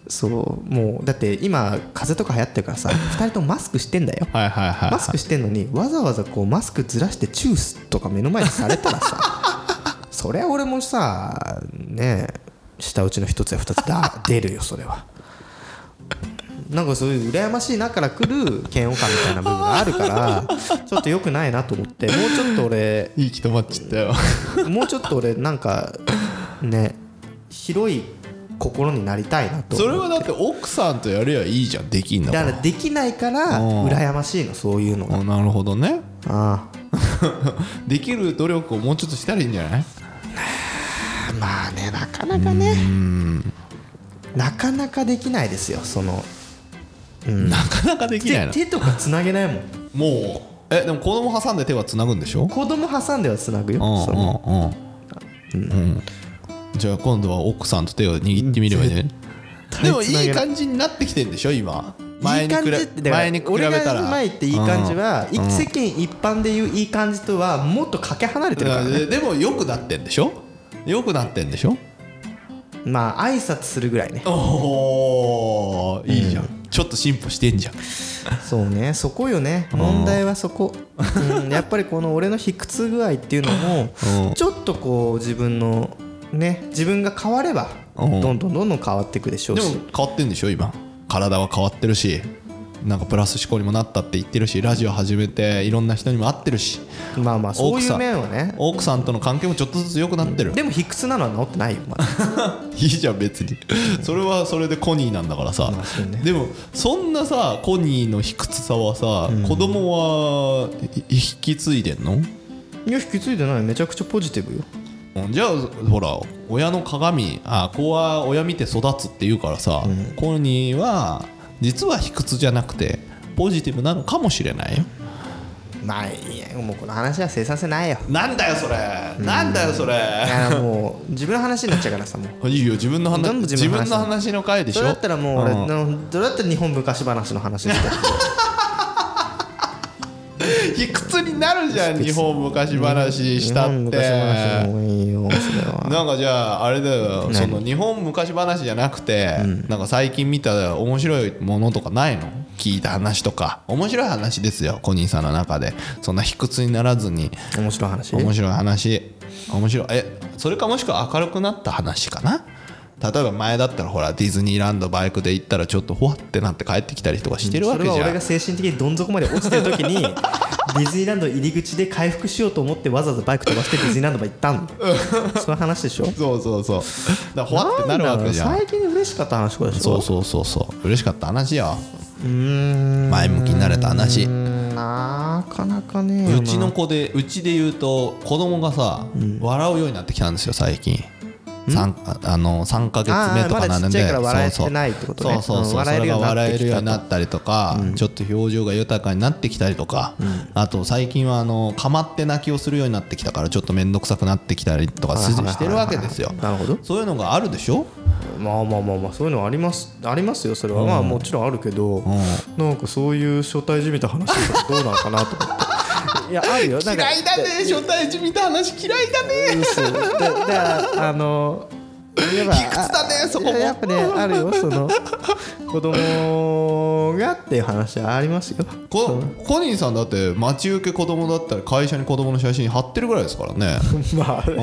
Speaker 1: そうもうだって今風邪とか流行ってるからさ2人ともマスクしてんだよ
Speaker 2: はいはいはい
Speaker 1: マスクしてんのにわざわざこうマスクずらしてチュースとか目の前にされたらさ そりゃ俺もさねえ下打ちの一つや二つだ出るよそれはなんかそういう羨ましいなから来る嫌悪感みたいな部分があるからちょっと良くないなと思ってもうちょっと俺
Speaker 2: いい気止まっちゃったよ
Speaker 1: もうちょっと俺なんかね広い心になりたいなと
Speaker 2: そ
Speaker 1: 思う
Speaker 2: れはだって奥さんとやればいいじゃんできんだか
Speaker 1: だ
Speaker 2: ら
Speaker 1: からできないから
Speaker 2: うん
Speaker 1: 羨ましいのそういうのが
Speaker 2: あなるほどね
Speaker 1: あ
Speaker 2: できる努力をもうちょっとしたらいいんじゃない
Speaker 1: あまあねなかなかね
Speaker 2: うん
Speaker 1: なかなかできないですよその、うん、
Speaker 2: なかなかできない
Speaker 1: 手
Speaker 2: な
Speaker 1: 手とかつなげないもん
Speaker 2: もうえでも子供挟んで手はつなぐんでしょ
Speaker 1: 子供挟んではつなぐよ
Speaker 2: うん
Speaker 1: その
Speaker 2: うんうんうんじゃあ今度は奥さんと手を握ってみればいいねでも
Speaker 1: 絶対つなげない
Speaker 2: いい感じになってきてんでしょ今
Speaker 1: い
Speaker 2: 前
Speaker 1: い
Speaker 2: に
Speaker 1: 感
Speaker 2: 比
Speaker 1: じっ
Speaker 2: べ
Speaker 1: てだから
Speaker 2: 前に比べ
Speaker 1: 俺
Speaker 2: た
Speaker 1: が
Speaker 2: ら
Speaker 1: 前っていい感じは、い
Speaker 2: うん
Speaker 1: 世間一般でいういい感じとはもっとかけ離れてるからね
Speaker 2: ででもよくなってんでしょよくなってんでしょ
Speaker 1: まあ挨拶するぐらいね
Speaker 2: おーいいじゃん、ちょっと進歩してんじゃん
Speaker 1: そうねそこよね
Speaker 2: ん
Speaker 1: 問題はそこ、うん、やっぱりこの俺の卑屈具合っていうの
Speaker 2: うん
Speaker 1: もちょっとこう自分のね自分が変わればど
Speaker 2: うん
Speaker 1: んどんどんどん変わっていくでしょう
Speaker 2: でも
Speaker 1: し
Speaker 2: 変わってんでしょ今体は変わってるしなんかプラス思考にもなったって言ってるしラジオ始めていろんな人にも会ってるし
Speaker 1: まあまあそう
Speaker 2: 奥
Speaker 1: い
Speaker 2: さ
Speaker 1: うん面はね
Speaker 2: 奥さんとの関係もちょっとずつ良くなってる、
Speaker 1: でも卑屈なのは治って ないよまだ
Speaker 2: いいじゃん別にそれはそれでコニーなんだからさ、
Speaker 1: まあそうね
Speaker 2: でもそんなさコニーの卑屈さはさ、子供はい引き継いでんの
Speaker 1: いや引き継いでないめちゃくちゃポジティブよ
Speaker 2: うんじゃあほら親の鏡あ子は親見て育つって言うからさ、コニーは実は卑屈じゃなくてポジティブなのかもしれないよ
Speaker 1: まあいいやもうこの話は生産性ないよ
Speaker 2: なんだよそれなんだよそ
Speaker 1: だ
Speaker 2: れ
Speaker 1: からもう自分の話になっちゃうからさもう
Speaker 2: いいよ自分の話
Speaker 1: 全部自
Speaker 2: 自
Speaker 1: 分の話
Speaker 2: 分の話の回でし
Speaker 1: そ
Speaker 2: ょ
Speaker 1: れだったらもう俺
Speaker 2: ん
Speaker 1: のそれだったら日本昔話の話して
Speaker 2: 卑屈になるじゃん日本昔話 した
Speaker 1: 日本
Speaker 2: っ
Speaker 1: 昔話の
Speaker 2: て
Speaker 1: 方がいいよそれは
Speaker 2: なんかじゃああれだよその日本昔話じゃなくてなんか最近見た面白いものとかないの聞いた話とか面白い話ですよコニーさんの中でそんな卑屈にならずに
Speaker 1: 面白い話
Speaker 2: 面白い話面白いえそれかもしくは明るくなった話かな例えば前だったらほらディズニーランドバイクで行ったらちょっとほわってなって帰ってきたりとかしてるわ
Speaker 1: そ
Speaker 2: け
Speaker 1: れ
Speaker 2: じ
Speaker 1: は
Speaker 2: ゃん
Speaker 1: 俺が精神的にどん底まで落ちてる時 にディズニーランド入り口で回復しようと思ってわざわざバイク飛ばしてディズニーランドまで行ったんだそういう話でしょ
Speaker 2: そうそうそうだからほわってなるわけじゃ
Speaker 1: なん
Speaker 2: ん
Speaker 1: だろう最近嬉しかった話これでし
Speaker 2: そ
Speaker 1: ょ
Speaker 2: うそうそうそう嬉しかった話よ
Speaker 1: うーん
Speaker 2: 前向きになれた話
Speaker 1: なかなかねえよな
Speaker 2: うちの子でうちで言うと子供がさ、笑うようになってきたんですよ最近三ああの3か月目と
Speaker 1: あーま
Speaker 2: か
Speaker 1: だ
Speaker 2: な
Speaker 1: ち
Speaker 2: ん
Speaker 1: っちゃ
Speaker 2: で
Speaker 1: いから笑え
Speaker 2: そうそう
Speaker 1: てないってことね
Speaker 2: そうそう
Speaker 1: う
Speaker 2: そうん
Speaker 1: 笑えるようになってきたと
Speaker 2: それが笑えるようになったりとか、ちょっと表情が豊かになってきたりとか、あと最近はあのかまって泣きをするようになってきたからちょっと面倒くさくなってきたりとか
Speaker 1: はいは
Speaker 2: し
Speaker 1: いはいはい
Speaker 2: してるわけですよ
Speaker 1: なるほど
Speaker 2: そういうのがあるでしょ
Speaker 1: まあまあまあまあそういうのありますありますよそれは、まあもちろんあるけど、なんかそういう初対じみた話とかどうなんかなと思 っていやあるよなんか
Speaker 2: 初対面見た話嫌いだね
Speaker 1: そうだだからあのやっぱ
Speaker 2: 卑屈だね
Speaker 1: あ
Speaker 2: そこも
Speaker 1: いややっぱねあるよその子供がっていう話はあり ますよ
Speaker 2: こコニーさんだって待ち受け子供だったら会社に子供の写真貼ってるぐらいですから ね
Speaker 1: まあ
Speaker 2: あー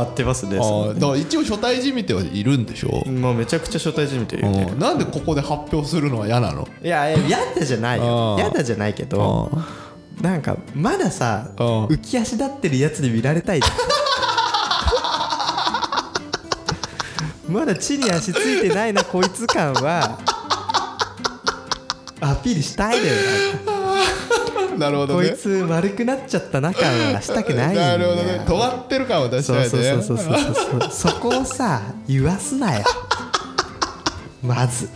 Speaker 1: 合ってますね
Speaker 2: あ
Speaker 1: そ
Speaker 2: ーだから一応初対面見てはいるんでしょ
Speaker 1: う、まあめちゃくちゃ初対じみという
Speaker 2: う
Speaker 1: ね
Speaker 2: んなんでここで発表するのは嫌なの
Speaker 1: いやいや嫌だじゃないよ
Speaker 2: あー
Speaker 1: 嫌だじゃないけどなんかまださ
Speaker 2: あー
Speaker 1: 浮き足立ってるやつに見られ たいまだ地に足ついてないなこいつ感はアピールしたいのよなんか
Speaker 2: なるほど
Speaker 1: こ
Speaker 2: ね
Speaker 1: いつ丸くなっちゃったな感はしたく ないんだ
Speaker 2: な
Speaker 1: よ
Speaker 2: るほどね尖ってる感を出したい
Speaker 1: そ
Speaker 2: ね
Speaker 1: うそうそうそうそうそうそこをさ言わすなよまず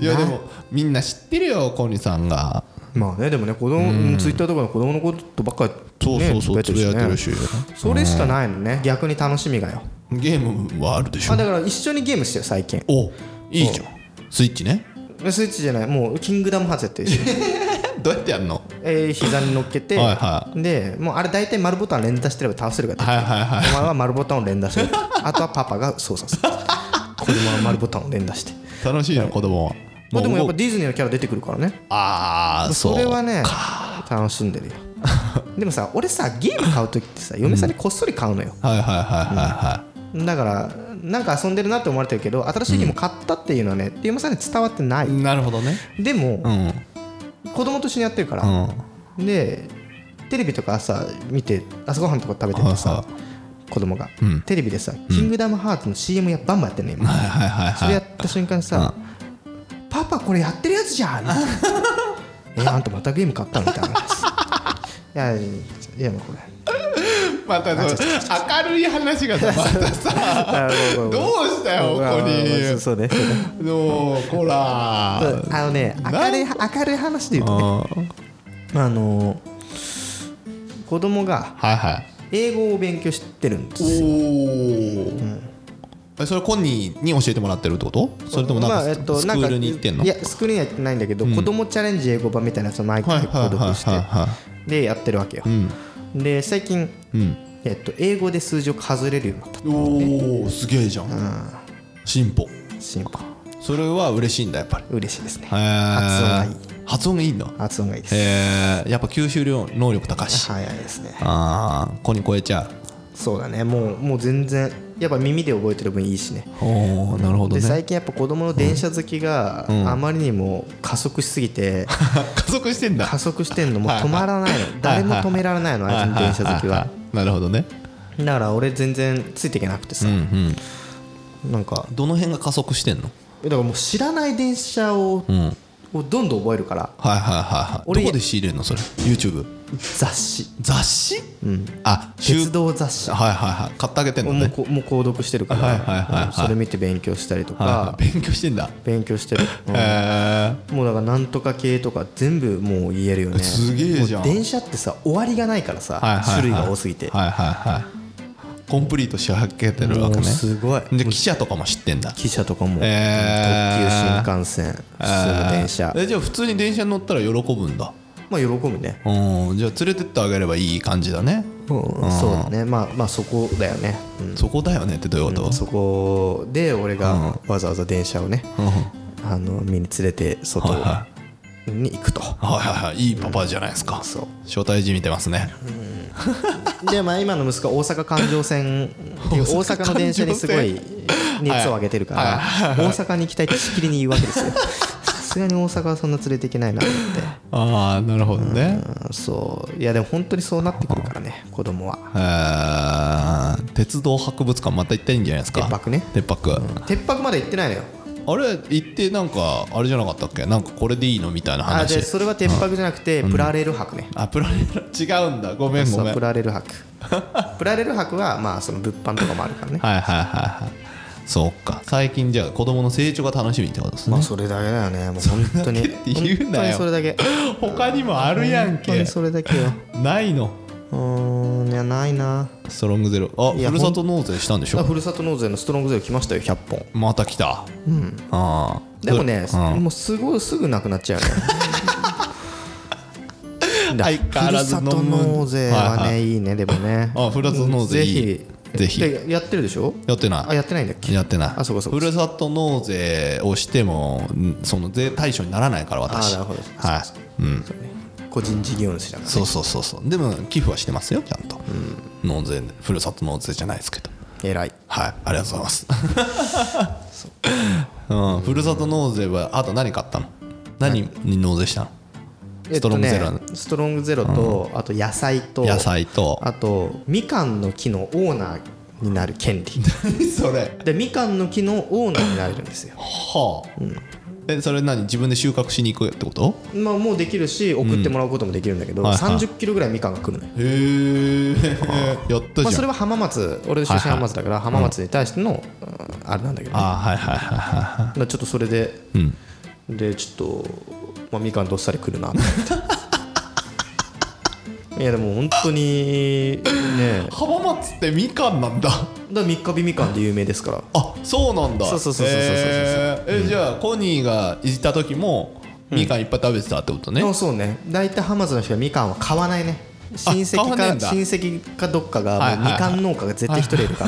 Speaker 2: いやでもみんな知ってるよコニーさんが
Speaker 1: まあねでもね子供、ツイッターとかの子供のことばっかり、ね、
Speaker 2: そうそうそう
Speaker 1: つ
Speaker 2: つ
Speaker 1: ぶ
Speaker 2: ぶ
Speaker 1: やい
Speaker 2: やい
Speaker 1: て
Speaker 2: て
Speaker 1: る
Speaker 2: る
Speaker 1: し
Speaker 2: し
Speaker 1: それしかないのね逆に楽しみがよ
Speaker 2: ゲームはあるでしょ
Speaker 1: あだから一緒にゲームしてよ最近
Speaker 2: おいいじゃんスイッチね
Speaker 1: スイッチじゃないもうキングダムハーツやってる し、
Speaker 2: どうやってやるの
Speaker 1: えー膝に乗っけて
Speaker 2: はいは
Speaker 1: でもうあれ大体丸ボタン連打してれば倒せるから、
Speaker 2: はいはいはい
Speaker 1: お前は丸ボタンを連打す るあとはパパが操作する子供は丸ボタンを連打 して
Speaker 2: 楽しいの子供は
Speaker 1: まあでもやっ
Speaker 2: も
Speaker 1: ぱ
Speaker 2: う
Speaker 1: ディズニーのキャラ出てくるからね
Speaker 2: ああ
Speaker 1: それはね
Speaker 2: ね
Speaker 1: 楽しんでるよでもさ俺さゲーム買う時ってさ嫁さんにこっそり買うのよ、
Speaker 2: はいはいはいは
Speaker 1: だからなんか遊んでるなって思われてるけど新しいゲーム買ったっていうのはね、嫁さんに伝わってない
Speaker 2: いはいなるほどね
Speaker 1: でも、
Speaker 2: うんうん
Speaker 1: 子供と一緒にやってるから、でテレビとか朝見て朝ごはんとか食べててさ、
Speaker 2: はいは
Speaker 1: 子供が、
Speaker 2: うん
Speaker 1: テレビでさ「キングダムハーツ」の CM やバンバンやってんの今、
Speaker 2: はいはいはい
Speaker 1: それ
Speaker 2: は
Speaker 1: や
Speaker 2: い
Speaker 1: った瞬間さ「パパこれやってるやつじゃん」みた いな「えあんたまたゲーム買ったの?」み たいな「いやいやもうこ れ」
Speaker 2: またその明るい話がさまたさどうした よここ
Speaker 1: う
Speaker 2: に
Speaker 1: んそうねそうね
Speaker 2: どうほら
Speaker 1: うんあのね明るい明るい話で言うとね
Speaker 2: うん
Speaker 1: あのー子供が
Speaker 2: はいはい
Speaker 1: 英語を勉強してるんですよ
Speaker 2: おおそれコニーに教えてもらってるってことそれともなん
Speaker 1: まあ
Speaker 2: か
Speaker 1: え
Speaker 2: ス
Speaker 1: っ
Speaker 2: ク
Speaker 1: となんか
Speaker 2: ールに行ってんの
Speaker 1: いやスクールには行ってないんだけど、子供チャレンジ英語版みたいなやつを毎
Speaker 2: は
Speaker 1: 回
Speaker 2: いはいはい
Speaker 1: 購読して
Speaker 2: は
Speaker 1: でやってるわけよ
Speaker 2: い、うん
Speaker 1: で最近、
Speaker 2: うん
Speaker 1: えっと、英語で数字を数えれるようになった
Speaker 2: おおすげえじゃん進歩
Speaker 1: 進歩
Speaker 2: それは嬉しいんだやっぱり
Speaker 1: 嬉しいですね
Speaker 2: へー
Speaker 1: 発音がいい
Speaker 2: 発音がいいんだ
Speaker 1: 発音がいいです
Speaker 2: へえやっぱ吸収量能力高いし
Speaker 1: 早いですね
Speaker 2: ああこに超えちゃう
Speaker 1: そうだねもうもう全然やっぱ耳で覚えてる分いいしね
Speaker 2: おおなるほ
Speaker 1: で最近やっぱ子供の電車好きがあまりにも加速しすぎて、
Speaker 2: 加速してんだ
Speaker 1: 加速してんのもう止まらないの誰も止められないのあいつの電車好きは
Speaker 2: なるほどね
Speaker 1: だから俺全然ついていけなくてさ
Speaker 2: うんうん
Speaker 1: なんか
Speaker 2: どの辺が加速してんの
Speaker 1: だからもう知らない電車を
Speaker 2: うんはい
Speaker 1: をどんどん覚えるから
Speaker 2: はいはいはい
Speaker 1: 俺
Speaker 2: どこで仕入れるのそれ YouTube
Speaker 1: 雑誌
Speaker 2: 雑誌あ
Speaker 1: 鉄
Speaker 2: 集
Speaker 1: 道雑誌
Speaker 2: はいはいはい買ってあげてんの
Speaker 1: もう
Speaker 2: ね
Speaker 1: こもう購読してるか
Speaker 2: はいはいはいはい
Speaker 1: らうんそれ見て勉強したりと
Speaker 2: はいは
Speaker 1: か
Speaker 2: い勉強してんだ
Speaker 1: 勉強してるうん
Speaker 2: へ
Speaker 1: もうだからなんとか系とか全部もう言えるよね
Speaker 2: すげえじゃん
Speaker 1: もう電車ってさ終わりがないからさ、
Speaker 2: え
Speaker 1: 種類が多すぎて、
Speaker 2: はいはいはいコンプリートしはけてるわけ
Speaker 1: もう
Speaker 2: ね
Speaker 1: すごい
Speaker 2: で記者とかも知ってんだ
Speaker 1: 汽車とかも、
Speaker 2: えー
Speaker 1: 特急新幹線普通の電車
Speaker 2: えじゃあ普通に電車に乗ったら喜ぶんだ
Speaker 1: まあ喜ぶね
Speaker 2: うんじゃあ連れてってあげればいい感じだね
Speaker 1: うん、そうだねまあまあそこだよね、うん
Speaker 2: そこだよねってどういうこと
Speaker 1: そこで俺がわざわざ電車をね、
Speaker 2: うん
Speaker 1: ああの身に連れて外
Speaker 2: はいは
Speaker 1: に行くと、
Speaker 2: はいはいはいいいパパじゃないですか
Speaker 1: そう
Speaker 2: 招待辞見てますね
Speaker 1: でまあ今の息子は大阪環状線っていう 大阪の電車にすごい熱を上げてるから、大阪に行きたいってしきりに言うわけ ですよさすがに大阪はそんな連れていけないなと思っ
Speaker 2: ああなるほどね
Speaker 1: て、うん、そういやでも本当にそうなってくるからね子供は
Speaker 2: あー鉄道博物館また行ったらいいんじゃないですか
Speaker 1: 鉄博ね
Speaker 2: 鉄博、
Speaker 1: 鉄泊まで行ってないのよ
Speaker 2: あれ行ってなんかあれじゃなかったっけなんかこれでいいのみたいな
Speaker 1: あじ
Speaker 2: 話
Speaker 1: ゃあそれは鉄泊じゃなくてプラレール泊ね、
Speaker 2: あプラレール違うんだごめんご
Speaker 1: そ
Speaker 2: め
Speaker 1: うんプラレー ル泊プラレール泊はまあその物販とかもあるからね
Speaker 2: はいはいはいはいそうか最近じゃあ子供の成長が楽しみってことですね、
Speaker 1: まあそれだけだよねもう本当に
Speaker 2: それだけって言うなよ
Speaker 1: 本当にそれだけ
Speaker 2: 他にもあるやん
Speaker 1: 本当
Speaker 2: け
Speaker 1: にそれだけよ
Speaker 2: ないの
Speaker 1: うーんいやないな
Speaker 2: ストロングゼロあふ
Speaker 1: いや
Speaker 2: るさと納税したんでし
Speaker 1: あ
Speaker 2: ょ
Speaker 1: ふるさと納税のストロングゼロ来ましたよ100本
Speaker 2: また来たうんあー
Speaker 1: でもね、
Speaker 2: うん
Speaker 1: もうすごいすぐなくなっちゃうねだ
Speaker 2: 相変わらず飲
Speaker 1: ふ
Speaker 2: む
Speaker 1: るさと納税はね、
Speaker 2: はい
Speaker 1: い、
Speaker 2: はい
Speaker 1: ねでもね
Speaker 2: あふるさと納税いい
Speaker 1: ぜひ
Speaker 2: ぜひ
Speaker 1: でやってるでしょ
Speaker 2: やってない
Speaker 1: あやってないんだっけ
Speaker 2: やってない
Speaker 1: あそうかそうか
Speaker 2: ふるさと納税をしてもんその税対象にならないから私
Speaker 1: あなるほど
Speaker 2: はいうん
Speaker 1: 個人事業主だから
Speaker 2: そうそうそうそうでも寄付はしてますよちゃんと、納税でふるさと納税じゃないですけど
Speaker 1: 偉い
Speaker 2: はいありがとうございます、うん、ふるさと納税はあと何買ったの何に納税したのストロングゼロ
Speaker 1: えっとね、ストロングゼロと、あと野菜と
Speaker 2: 野菜と
Speaker 1: あとみかんの木のオーナーになる権 利
Speaker 2: それ
Speaker 1: でみかんの木のオーナーになれるんですよ
Speaker 2: はあ、えそれ何自分で収穫しに行くってこと
Speaker 1: まあ、もうできるし送ってもらうこともできるんだけど、
Speaker 2: はいはい
Speaker 1: 3 0キロぐらいみかんが来るのよ、
Speaker 2: へえやったじゃん、
Speaker 1: まあ、それは浜松俺出身浜松だから浜松に対しての、うんあれなんだけど、ね、
Speaker 2: あはいはいはいはいはい
Speaker 1: だからちょっとそれで、
Speaker 2: ん
Speaker 1: でちょっと、まあ、みかんどっさり来る なと思っていやでも本当にねだか
Speaker 2: 浜松ってみかんなんだ
Speaker 1: ら三日日みかんで有名ですから
Speaker 2: あそうなんだ
Speaker 1: そうそうそうそうそうそうそう
Speaker 2: えーえじゃあコニーがいた時もみかんいっぱい食べてたってことね、
Speaker 1: あそうね大体浜松の人はみかんは買わないね親戚
Speaker 2: あ買わねえ
Speaker 1: か
Speaker 2: んだ
Speaker 1: 親戚かどっかが
Speaker 2: はい
Speaker 1: も
Speaker 2: は
Speaker 1: う
Speaker 2: いはい
Speaker 1: みかん農家が絶対一人いるか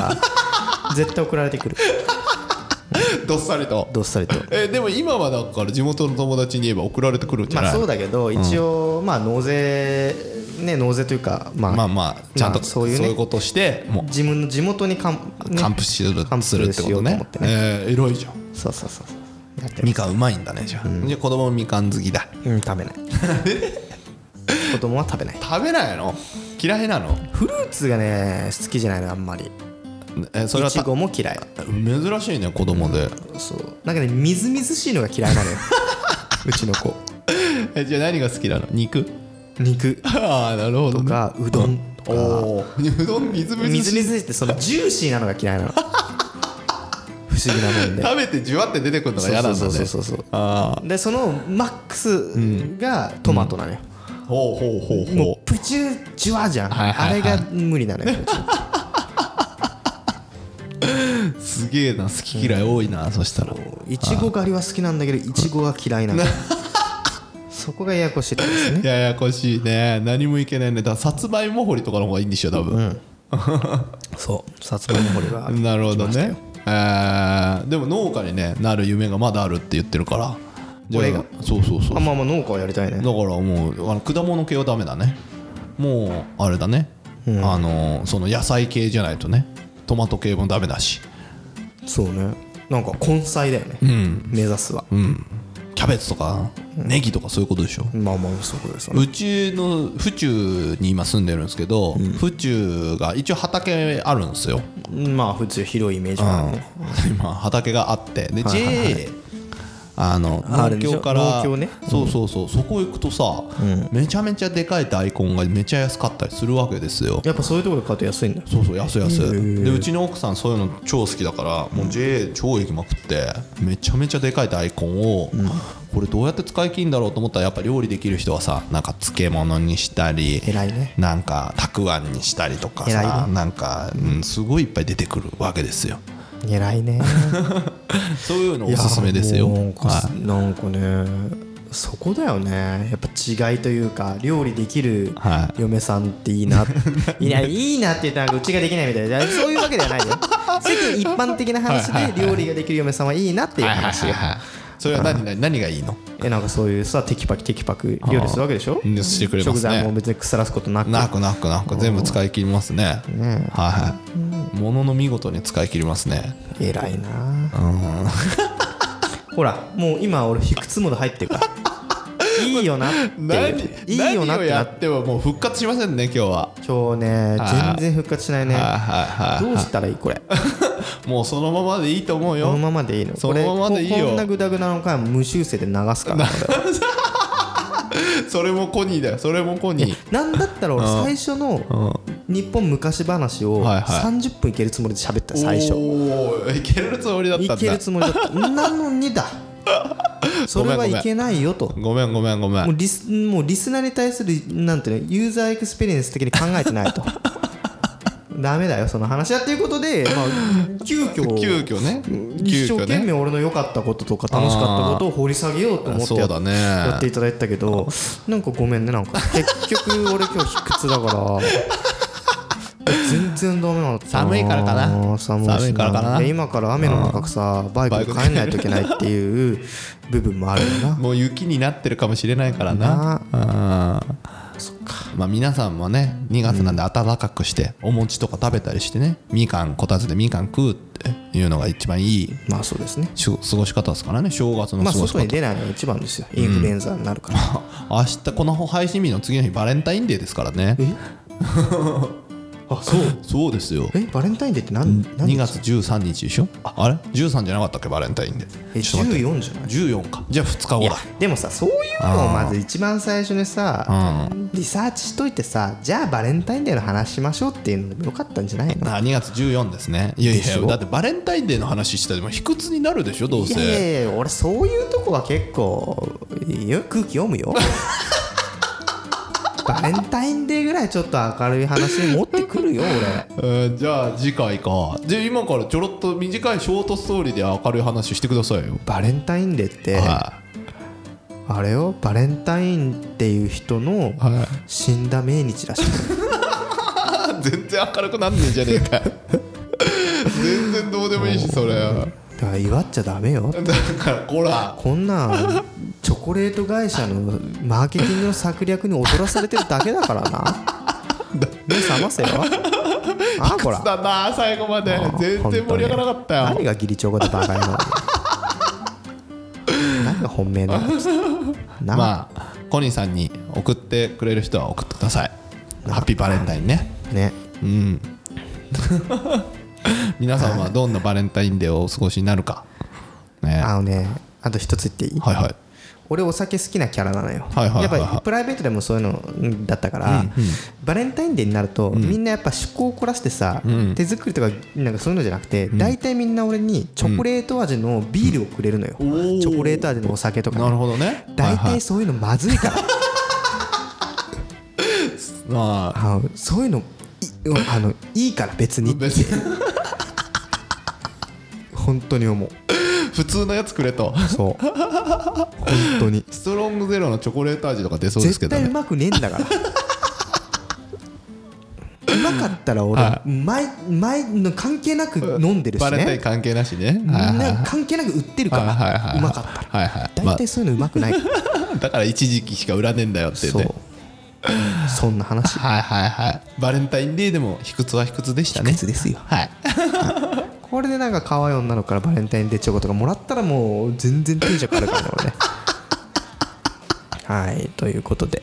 Speaker 1: ら、絶対送られてくる
Speaker 2: どっさりと
Speaker 1: どっさりと
Speaker 2: えーでも今はだから地元の友達に言えば送られてくるんじゃ
Speaker 1: ま
Speaker 2: な
Speaker 1: あ
Speaker 2: い、
Speaker 1: そうだけど一応、まあ納税ね納税というかまあ、
Speaker 2: まあまあちゃんと、
Speaker 1: まあそ
Speaker 2: そうう
Speaker 1: い
Speaker 2: いう
Speaker 1: ね
Speaker 2: うことしてもう
Speaker 1: 自分の地元にかん、ね、
Speaker 2: 還付する,、
Speaker 1: 還付
Speaker 2: するってこと
Speaker 1: し
Speaker 2: ね
Speaker 1: ようと思って
Speaker 2: えーエロいじゃん
Speaker 1: そうそうそうそうやって
Speaker 2: みかんうまいんだねじゃあ、じゃあ子供もみかん好きだ
Speaker 1: うん食べない子供は食べない
Speaker 2: 食べないの嫌いなの
Speaker 1: フルーツがね好きじゃないのあんまり
Speaker 2: えーそれ
Speaker 1: い
Speaker 2: は
Speaker 1: ち
Speaker 2: た
Speaker 1: ごも嫌い
Speaker 2: 珍しいね子供で、
Speaker 1: そうなんかねみずみずしいのが嫌い なのようちの子
Speaker 2: えじゃあ何が好きなの肉
Speaker 1: 肉
Speaker 2: ああなるほど、
Speaker 1: と
Speaker 2: ね、
Speaker 1: かうどんとか
Speaker 2: おーうどんみずみ
Speaker 1: み
Speaker 2: ず
Speaker 1: ず
Speaker 2: しい
Speaker 1: みずしいってそのジューシーなのが嫌いな の不思議なもんで
Speaker 2: 食べてじゅわって出てくるの
Speaker 1: そ
Speaker 2: が
Speaker 1: う
Speaker 2: 嫌なんだね
Speaker 1: そうそうそうそう
Speaker 2: あ
Speaker 1: でそのマックスがトマトなのよ、
Speaker 2: あほうほうほう
Speaker 1: も
Speaker 2: ほ
Speaker 1: うプチュジュワじゃん、
Speaker 2: はいはいはい
Speaker 1: あれが無理な のよ
Speaker 2: うすげえな好き嫌い多いな、そしたら
Speaker 1: いちご狩りは好きなんだけどいちごが嫌いなのよそこがややこしいとこですね
Speaker 2: ややこしいね何もいけないねだからさつまいも掘りとかの方がいいんでしょ多分、
Speaker 1: そうさつまいも掘りは
Speaker 2: なるほどねえー、でも農家に、ね、なる夢がまだあるって言ってるからじゃあ
Speaker 1: 俺が
Speaker 2: そうそうそう
Speaker 1: あまあまあ農家はやりたい
Speaker 2: だ
Speaker 1: ね
Speaker 2: からもうあの果物系はダメだねもうあれだね、あのその野菜系じゃないとねトマト系もダメだし
Speaker 1: そうねなんか根菜だよね、目指すは、
Speaker 2: キャベツとかネギとかそういうことでしょ、
Speaker 1: まあまあそうですよ
Speaker 2: う
Speaker 1: ね
Speaker 2: ちの府中に今住んでるんですけど、府中が一応畑あるんですよ、
Speaker 1: まあ普通広いイメージはあるね、
Speaker 2: 今畑があってで JA あの
Speaker 1: ある
Speaker 2: 農
Speaker 1: でしょ
Speaker 2: 協から
Speaker 1: 農協ね
Speaker 2: そうそうそうそこ行くとさめちゃめちゃでかい大根がめちゃ安かったりするわけですよ
Speaker 1: やっぱそういうところで買うと安いんだよ
Speaker 2: そうそう安い安いでうちの奥さんそういうの超好きだからもう JA 超行きまくってめちゃめちゃでかい大根をこれどうやって使い切るんだろうと思ったらやっぱ料理できる人はさなんか漬物にしたり
Speaker 1: 偉いね
Speaker 2: なんかたくあんにしたりとか
Speaker 1: 偉い
Speaker 2: さなんかうんすごいいっぱい出てくるわけ ですよ
Speaker 1: 偉いね
Speaker 2: そういうのおすすめですよ
Speaker 1: いやもうなんか
Speaker 2: は
Speaker 1: なんかねそこだよねやっぱ違いというか料理できる
Speaker 2: は
Speaker 1: 嫁さんっていい ないやいいなって言ったらうちができないみたいなそういうわけではない よ世間一般的な話
Speaker 2: はいはい
Speaker 1: で料理ができる嫁さんはいいなっていう話よ
Speaker 2: それは何何何がいいの
Speaker 1: えなんかそういうさテキパキテキパキ料理するわけでしょ
Speaker 2: うんしてくれま
Speaker 1: 食
Speaker 2: すね
Speaker 1: 材も別に腐らすことなく
Speaker 2: なくなくなく全部使い切りますね
Speaker 1: ね
Speaker 2: はいはいものの見事に使い切りますね
Speaker 1: 偉いなほらもう今俺卑屈モード入って るからいいよなって
Speaker 2: 何
Speaker 1: いいよなって
Speaker 2: 何を
Speaker 1: な
Speaker 2: や
Speaker 1: っ
Speaker 2: ってももう復活しませんね今日は
Speaker 1: 今日ね
Speaker 2: はい
Speaker 1: 全然復活しないね
Speaker 2: はいはい
Speaker 1: ど
Speaker 2: は
Speaker 1: うしたらいいこれ
Speaker 2: いもうそのままでいいと思う
Speaker 1: この
Speaker 2: よ
Speaker 1: ままでいいの
Speaker 2: そのままでいいよ
Speaker 1: これここんなグダグダの回も無修正で流すから俺
Speaker 2: それもコニーだよそれもコニー
Speaker 1: なんだったら俺最初の日本昔話を
Speaker 2: はいはい
Speaker 1: 30分いけるつもりで喋った最初
Speaker 2: おーいけるつもりだったん
Speaker 1: い
Speaker 2: だ
Speaker 1: けるつもりだったなのに だそれはいけないよと
Speaker 2: ごめんごめんごめ
Speaker 1: もうんリスもうリスナーに対するなんていうのユーザーエクスペリエンス的に考えて ないとダメだよその話だっていうことで、まあ、急遽
Speaker 2: 急遽ね
Speaker 1: 一
Speaker 2: 急
Speaker 1: 生
Speaker 2: 遽
Speaker 1: 懸命
Speaker 2: ね
Speaker 1: 俺の良かったこととか楽しかったことを掘り下げようと思って
Speaker 2: そう
Speaker 1: や
Speaker 2: だね
Speaker 1: やっていただいてたけどなんかごめんねなんか結局俺今日卑屈だから全然ダメなの
Speaker 2: 寒いからかな
Speaker 1: 寒いしな
Speaker 2: 寒いからかな
Speaker 1: で今から雨の中さバイクで帰んないといけないっていう部分もあるよな
Speaker 2: もう雪になってるかもしれないからなうんまあ皆さんもね2月なんで暖かくしてお餅とか食べたりしてねみかんこたつでみかん食うっていうのが一番いい
Speaker 1: まあそうですね
Speaker 2: しゅ過ごし方ですからね正月の
Speaker 1: まあ
Speaker 2: 過ごし
Speaker 1: 外に
Speaker 2: 方
Speaker 1: 出ないのが一番ですよインフルエンザになるから、
Speaker 2: 明日この配信日の次の日バレンタインデーですからね
Speaker 1: えあそう
Speaker 2: そうですよ
Speaker 1: えバレンタインデーって何何
Speaker 2: 2月13日でしょああれ13じゃなかったっけバレンタインデ
Speaker 1: え
Speaker 2: ーちょっと待って
Speaker 1: 14じゃない
Speaker 2: 14かじゃあ2日後だ
Speaker 1: でもさそういうのをまず一番最初にさ
Speaker 2: う
Speaker 1: リサーチしといてさじゃあバレンタインデーの話しましょうっていうのでよかったんじゃないの
Speaker 2: あ2月14ですねいやい
Speaker 1: でし
Speaker 2: や
Speaker 1: ょ
Speaker 2: だってバレンタインデーの話したらでも卑屈になるでしょどう
Speaker 1: い
Speaker 2: せ
Speaker 1: やいやいや俺そういうとこは結構よ空気読む よバレンタインデーぐらいちょっと明るい話に持ってくるよ俺
Speaker 2: えーじゃあ次回かじゃあ今からちょろっと短いショートストーリーで明るい話してくださいよ
Speaker 1: バレンタインデーって
Speaker 2: は
Speaker 1: あれよバレンタインっていう人の
Speaker 2: い、は
Speaker 1: 死んだ命日らしい
Speaker 2: い、 全然明るくなんねえじゃねえか 全然どうでもいいしそれ
Speaker 1: だから祝っちゃダメよ
Speaker 2: だからこら
Speaker 1: こんなんチョコレート会社のマーケティングの策略に踊らされてるだけだからな目覚ませよあこら
Speaker 2: だな最後まで全然盛り上がらなかった
Speaker 1: 何
Speaker 2: よ
Speaker 1: が義理チョコでバカになるの何が本命なのな、
Speaker 2: まあコニーさんに送ってくれる人は送ってくださいハッピーバレンタインね
Speaker 1: ね
Speaker 2: うん 皆さんはどんなバレンタインデーをお過ごしになるかね
Speaker 1: あのねあと一つ言っていい、
Speaker 2: はいはい
Speaker 1: 俺お酒好きなキャラなのよ、
Speaker 2: はいはいはいはい
Speaker 1: やっぱりプライベートでもそういうのだったから、バレンタインデーになると、みんなやっぱ趣向を凝らしてさ、手作りとかなんかそういうのじゃなくて、大体みんな俺にチョコレート味のビールをくれるのよ、
Speaker 2: んおー
Speaker 1: チョコレート味のお酒とかね、
Speaker 2: なるほどね
Speaker 1: 大
Speaker 2: はいは
Speaker 1: 体
Speaker 2: い
Speaker 1: そういうのまずいから、
Speaker 2: あ
Speaker 1: あのそういうのいあのいいから別に
Speaker 2: あ
Speaker 1: って
Speaker 2: 別に
Speaker 1: 本当に思う
Speaker 2: 普通のやつくれと
Speaker 1: そう本当に
Speaker 2: ストロングゼロのチョコレート味とか出そうですけ
Speaker 1: 絶
Speaker 2: ど
Speaker 1: 対う
Speaker 2: ね
Speaker 1: まくねえんだからうまかったら俺、
Speaker 2: は
Speaker 1: 前前の関係なく 飲んでるし
Speaker 2: バレンタイ
Speaker 1: ね
Speaker 2: ン関係なしねはいはい
Speaker 1: な関係なく売ってるか
Speaker 2: はいはいは
Speaker 1: ら
Speaker 2: いう
Speaker 1: まかったら
Speaker 2: はいはいま
Speaker 1: 大体そういうのうまくないから、
Speaker 2: あだから一時期しか売らねえんだよってね
Speaker 1: そうそんな話
Speaker 2: はいはいはいバレンタインデーでも卑屈は卑屈でしたね
Speaker 1: 別ですよ
Speaker 2: はい
Speaker 1: これでなんか可愛い女の子からバレンタインデーチョコとかもらったらもう全然テンション変わるからね俺ねはいということで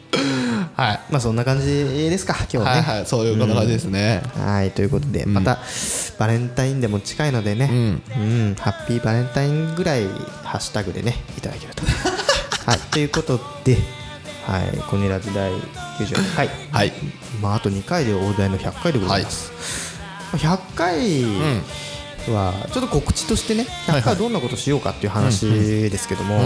Speaker 2: はい
Speaker 1: まあそんな感じですか今日
Speaker 2: は
Speaker 1: ね
Speaker 2: いはいそういう感じですね
Speaker 1: はいということで、またバレンタインでも近いのでね、うんハッピーバレンタインぐらいハッシュタグでねいただけ ると。はい、ということで、はい、このラジ第96回、
Speaker 2: はい
Speaker 1: まあ、あと2回で大台の100回でございます。まあ100回はちょっと告知としてね100回はどんなことしようかっていう話ですけども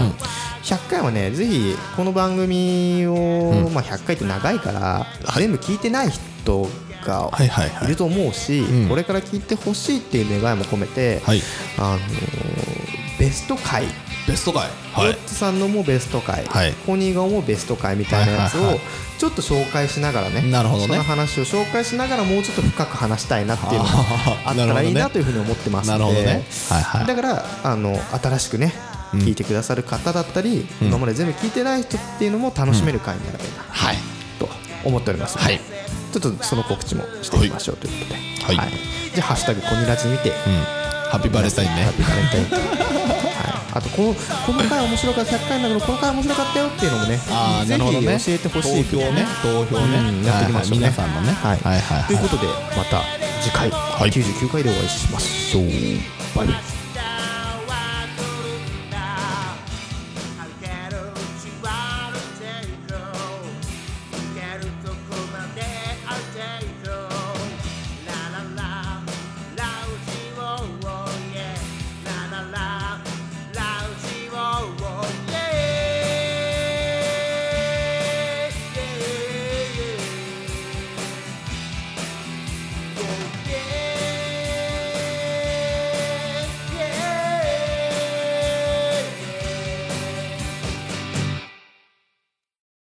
Speaker 1: 100回はねぜひこの番組をまあ100回って長いから全部聞いてない人が
Speaker 2: はいはいはい
Speaker 1: いると思うし
Speaker 2: ん
Speaker 1: これから聞いてほしいっていう願いも込めて
Speaker 2: はい
Speaker 1: あのーベスト回
Speaker 2: ベスト回
Speaker 1: ロ
Speaker 2: は
Speaker 1: ッ
Speaker 2: い
Speaker 1: ツさんのもベスト回、
Speaker 2: はい
Speaker 1: コニーガオもベスト回みたいなやつ
Speaker 2: はいはい
Speaker 1: を
Speaker 2: はい
Speaker 1: ちょっと紹介しながらね
Speaker 2: なるほどね
Speaker 1: その話を紹介しながらもうちょっと深く話したいなっていうのがあ
Speaker 2: あ
Speaker 1: った
Speaker 2: ーなるほどね
Speaker 1: らいいなというふうに思ってます
Speaker 2: な
Speaker 1: の
Speaker 2: る
Speaker 1: で
Speaker 2: ほどねはいはい
Speaker 1: だからあの新しくね
Speaker 2: うん
Speaker 1: 聞いてくださる方だったり、
Speaker 2: ん
Speaker 1: 今まで全部聞いてない人っていうのも楽しめる回になればいいな
Speaker 2: はい
Speaker 1: と思っておりますので、
Speaker 2: はい
Speaker 1: ちょっとその告知もしていきましょうということで、
Speaker 2: はい
Speaker 1: じゃあ「ハッシュタグコニラジ」見て、
Speaker 2: うんハッピーバレンタインね
Speaker 1: ハッピーバレンタインはい、あとこのこの回面白かった100回だけどこの回面白かったよっていうのもね
Speaker 2: ああ
Speaker 1: ぜ
Speaker 2: なるほどね
Speaker 1: ひ教えてほしい
Speaker 2: 投票ね投票ね
Speaker 1: うんやっていきましょうね、
Speaker 2: はいはい皆さんのね
Speaker 1: はい
Speaker 2: はいはいはい
Speaker 1: ということでまた次回
Speaker 2: い
Speaker 1: 99回でお会いしましょう、バイバイ